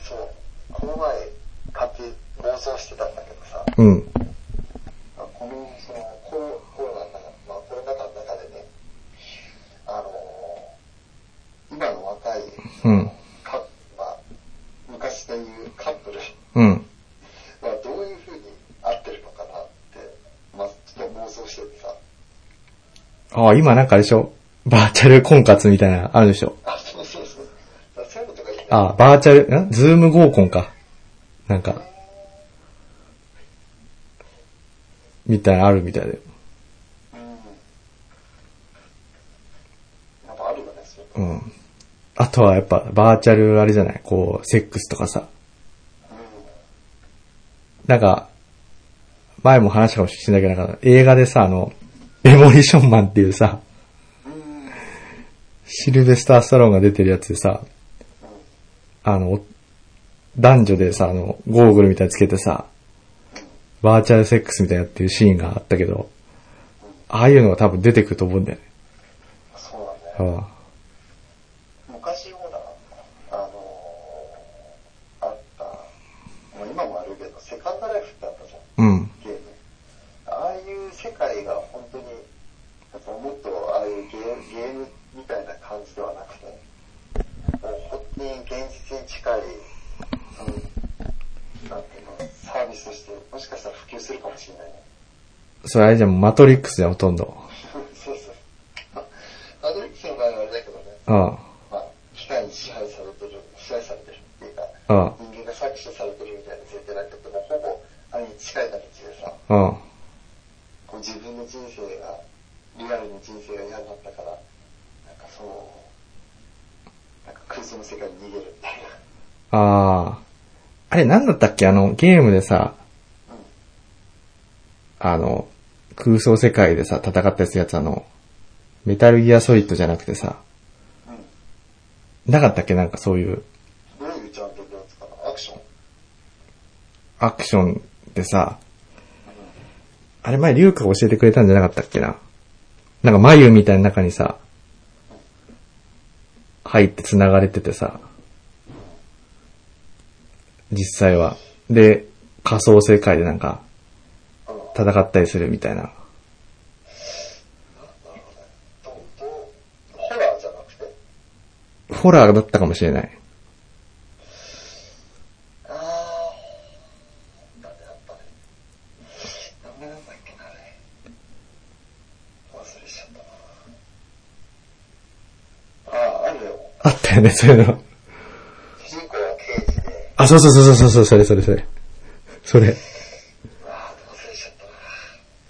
Speaker 2: そう、この前、買って、妄想してたんだけどさ、
Speaker 3: うん。
Speaker 2: まあこの、その、コロコロナの中、まあ、コロナ禍の中でね、あのー今の若い、
Speaker 3: うん。
Speaker 2: かまあ、昔でいうカップル
Speaker 3: うん。
Speaker 2: はどういう風に合ってるのかなって、まあ、ちょっと妄想しててさ、
Speaker 3: あ、今なんかあれでしょバーチャル婚活みたいな、あるでしょ
Speaker 2: あ、そうそうそう。だからそういうのとかいいね。
Speaker 3: あ、バーチャル、んズーム合コンか。なんか、みたいな、あるみたいだよ。
Speaker 2: うん。
Speaker 3: うん。あとはやっぱ、バーチャルあれじゃないこう、セックスとかさ。なんか、前も話したかもしれないけど、なんか映画でさ、あの、デモリションマンっていうさ、シルベスター・スタローンが出てるやつでさ、あの、男女でさ、あの、ゴーグルみたいにつけてさ、バーチャルセックスみたいなやってるシーンがあったけど、ああいうのが多分出てくると思うんだよね。
Speaker 2: そうだね。
Speaker 3: うん。
Speaker 2: 昔ほら、あのーあった、もう今もあるけど、セカンドライフってあったじゃん、
Speaker 3: うん。
Speaker 2: ゲーム。ああいう世界が本当に、やっぱもっとああいうゲーゲームみたいな感じではなくて、もう本当に現実に近い、その、なんていうの、サービスとして、もしかしたら普及するかもしれないね。
Speaker 3: それあれじゃん、マトリックスじゃん、ほとんど。
Speaker 2: そうそう。アドリックスの場合はあれだけどね、
Speaker 3: うん。
Speaker 2: まあ、機械に支配されてる、支配されてるっていうか、
Speaker 3: うん。
Speaker 2: 人間が搾取されてるみたいな前提だけど、もうほぼ、あれに近い形でさ、
Speaker 3: うん。
Speaker 2: こう自分の人生が、リアルに人生が嫌になったから、なんかそう、なんか空想の世界に逃げるみたいな。
Speaker 3: ああ。あれなんだったっけあの、ゲームでさ、あの、空想世界でさ、戦ったやつ、やつあの、メタルギアソリッドじゃなくてさ、なかったっけなんかそういう
Speaker 2: どういうジャンルのやつかなアクション
Speaker 3: アクションでさ、あれ前リュウカが教えてくれたんじゃなかったっけななんか眉みたいな中にさ、入って繋がれててさ、実際は。で、仮想世界でなんか、戦ったりするみたいな。
Speaker 2: どうどうホラーじゃなくて。
Speaker 3: ホラーだったかもしれない。
Speaker 2: あー、なんでだったね。なんでだったっけな、あれ。忘れちゃったな。あー、あるよ。
Speaker 3: あったよね、そういうの。
Speaker 2: 主人公は刑事で、
Speaker 3: あ、そうそうそうそうそう、それそれそれ。それ。
Speaker 2: あー、忘れちゃったな。なんだ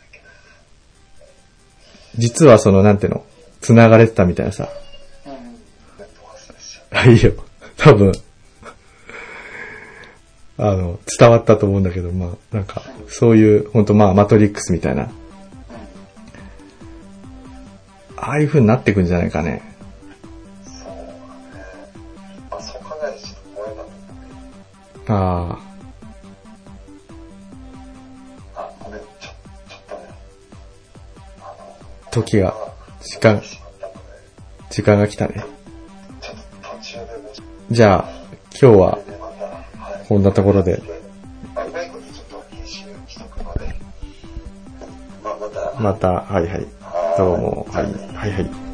Speaker 2: っけな
Speaker 3: 実はその、なんていうの、繋がれてたみたいなさ。あ、いいよ。多分、あの、伝わったと思うんだけど、まあ、なんか、そういう、ほんとまあ、マトリックスみたいな。ああいう風になってくんじゃないかね。
Speaker 2: そうだね。まあ、そう考えるとちょっと怖いなと思って。
Speaker 3: あ
Speaker 2: あ、ごめん、ちょ、ちょっとね。あの、
Speaker 3: あ、時が、時間、
Speaker 2: しまったので、
Speaker 3: 時間が来たね。
Speaker 2: ちょっと途中でもし
Speaker 3: じゃあ、今日は、
Speaker 2: また、はい。
Speaker 3: こんなところで、
Speaker 2: まあ、うまいことちょっと編集しとくので、まあ、また、
Speaker 3: また、はいはい、どうも、はい、はいはい。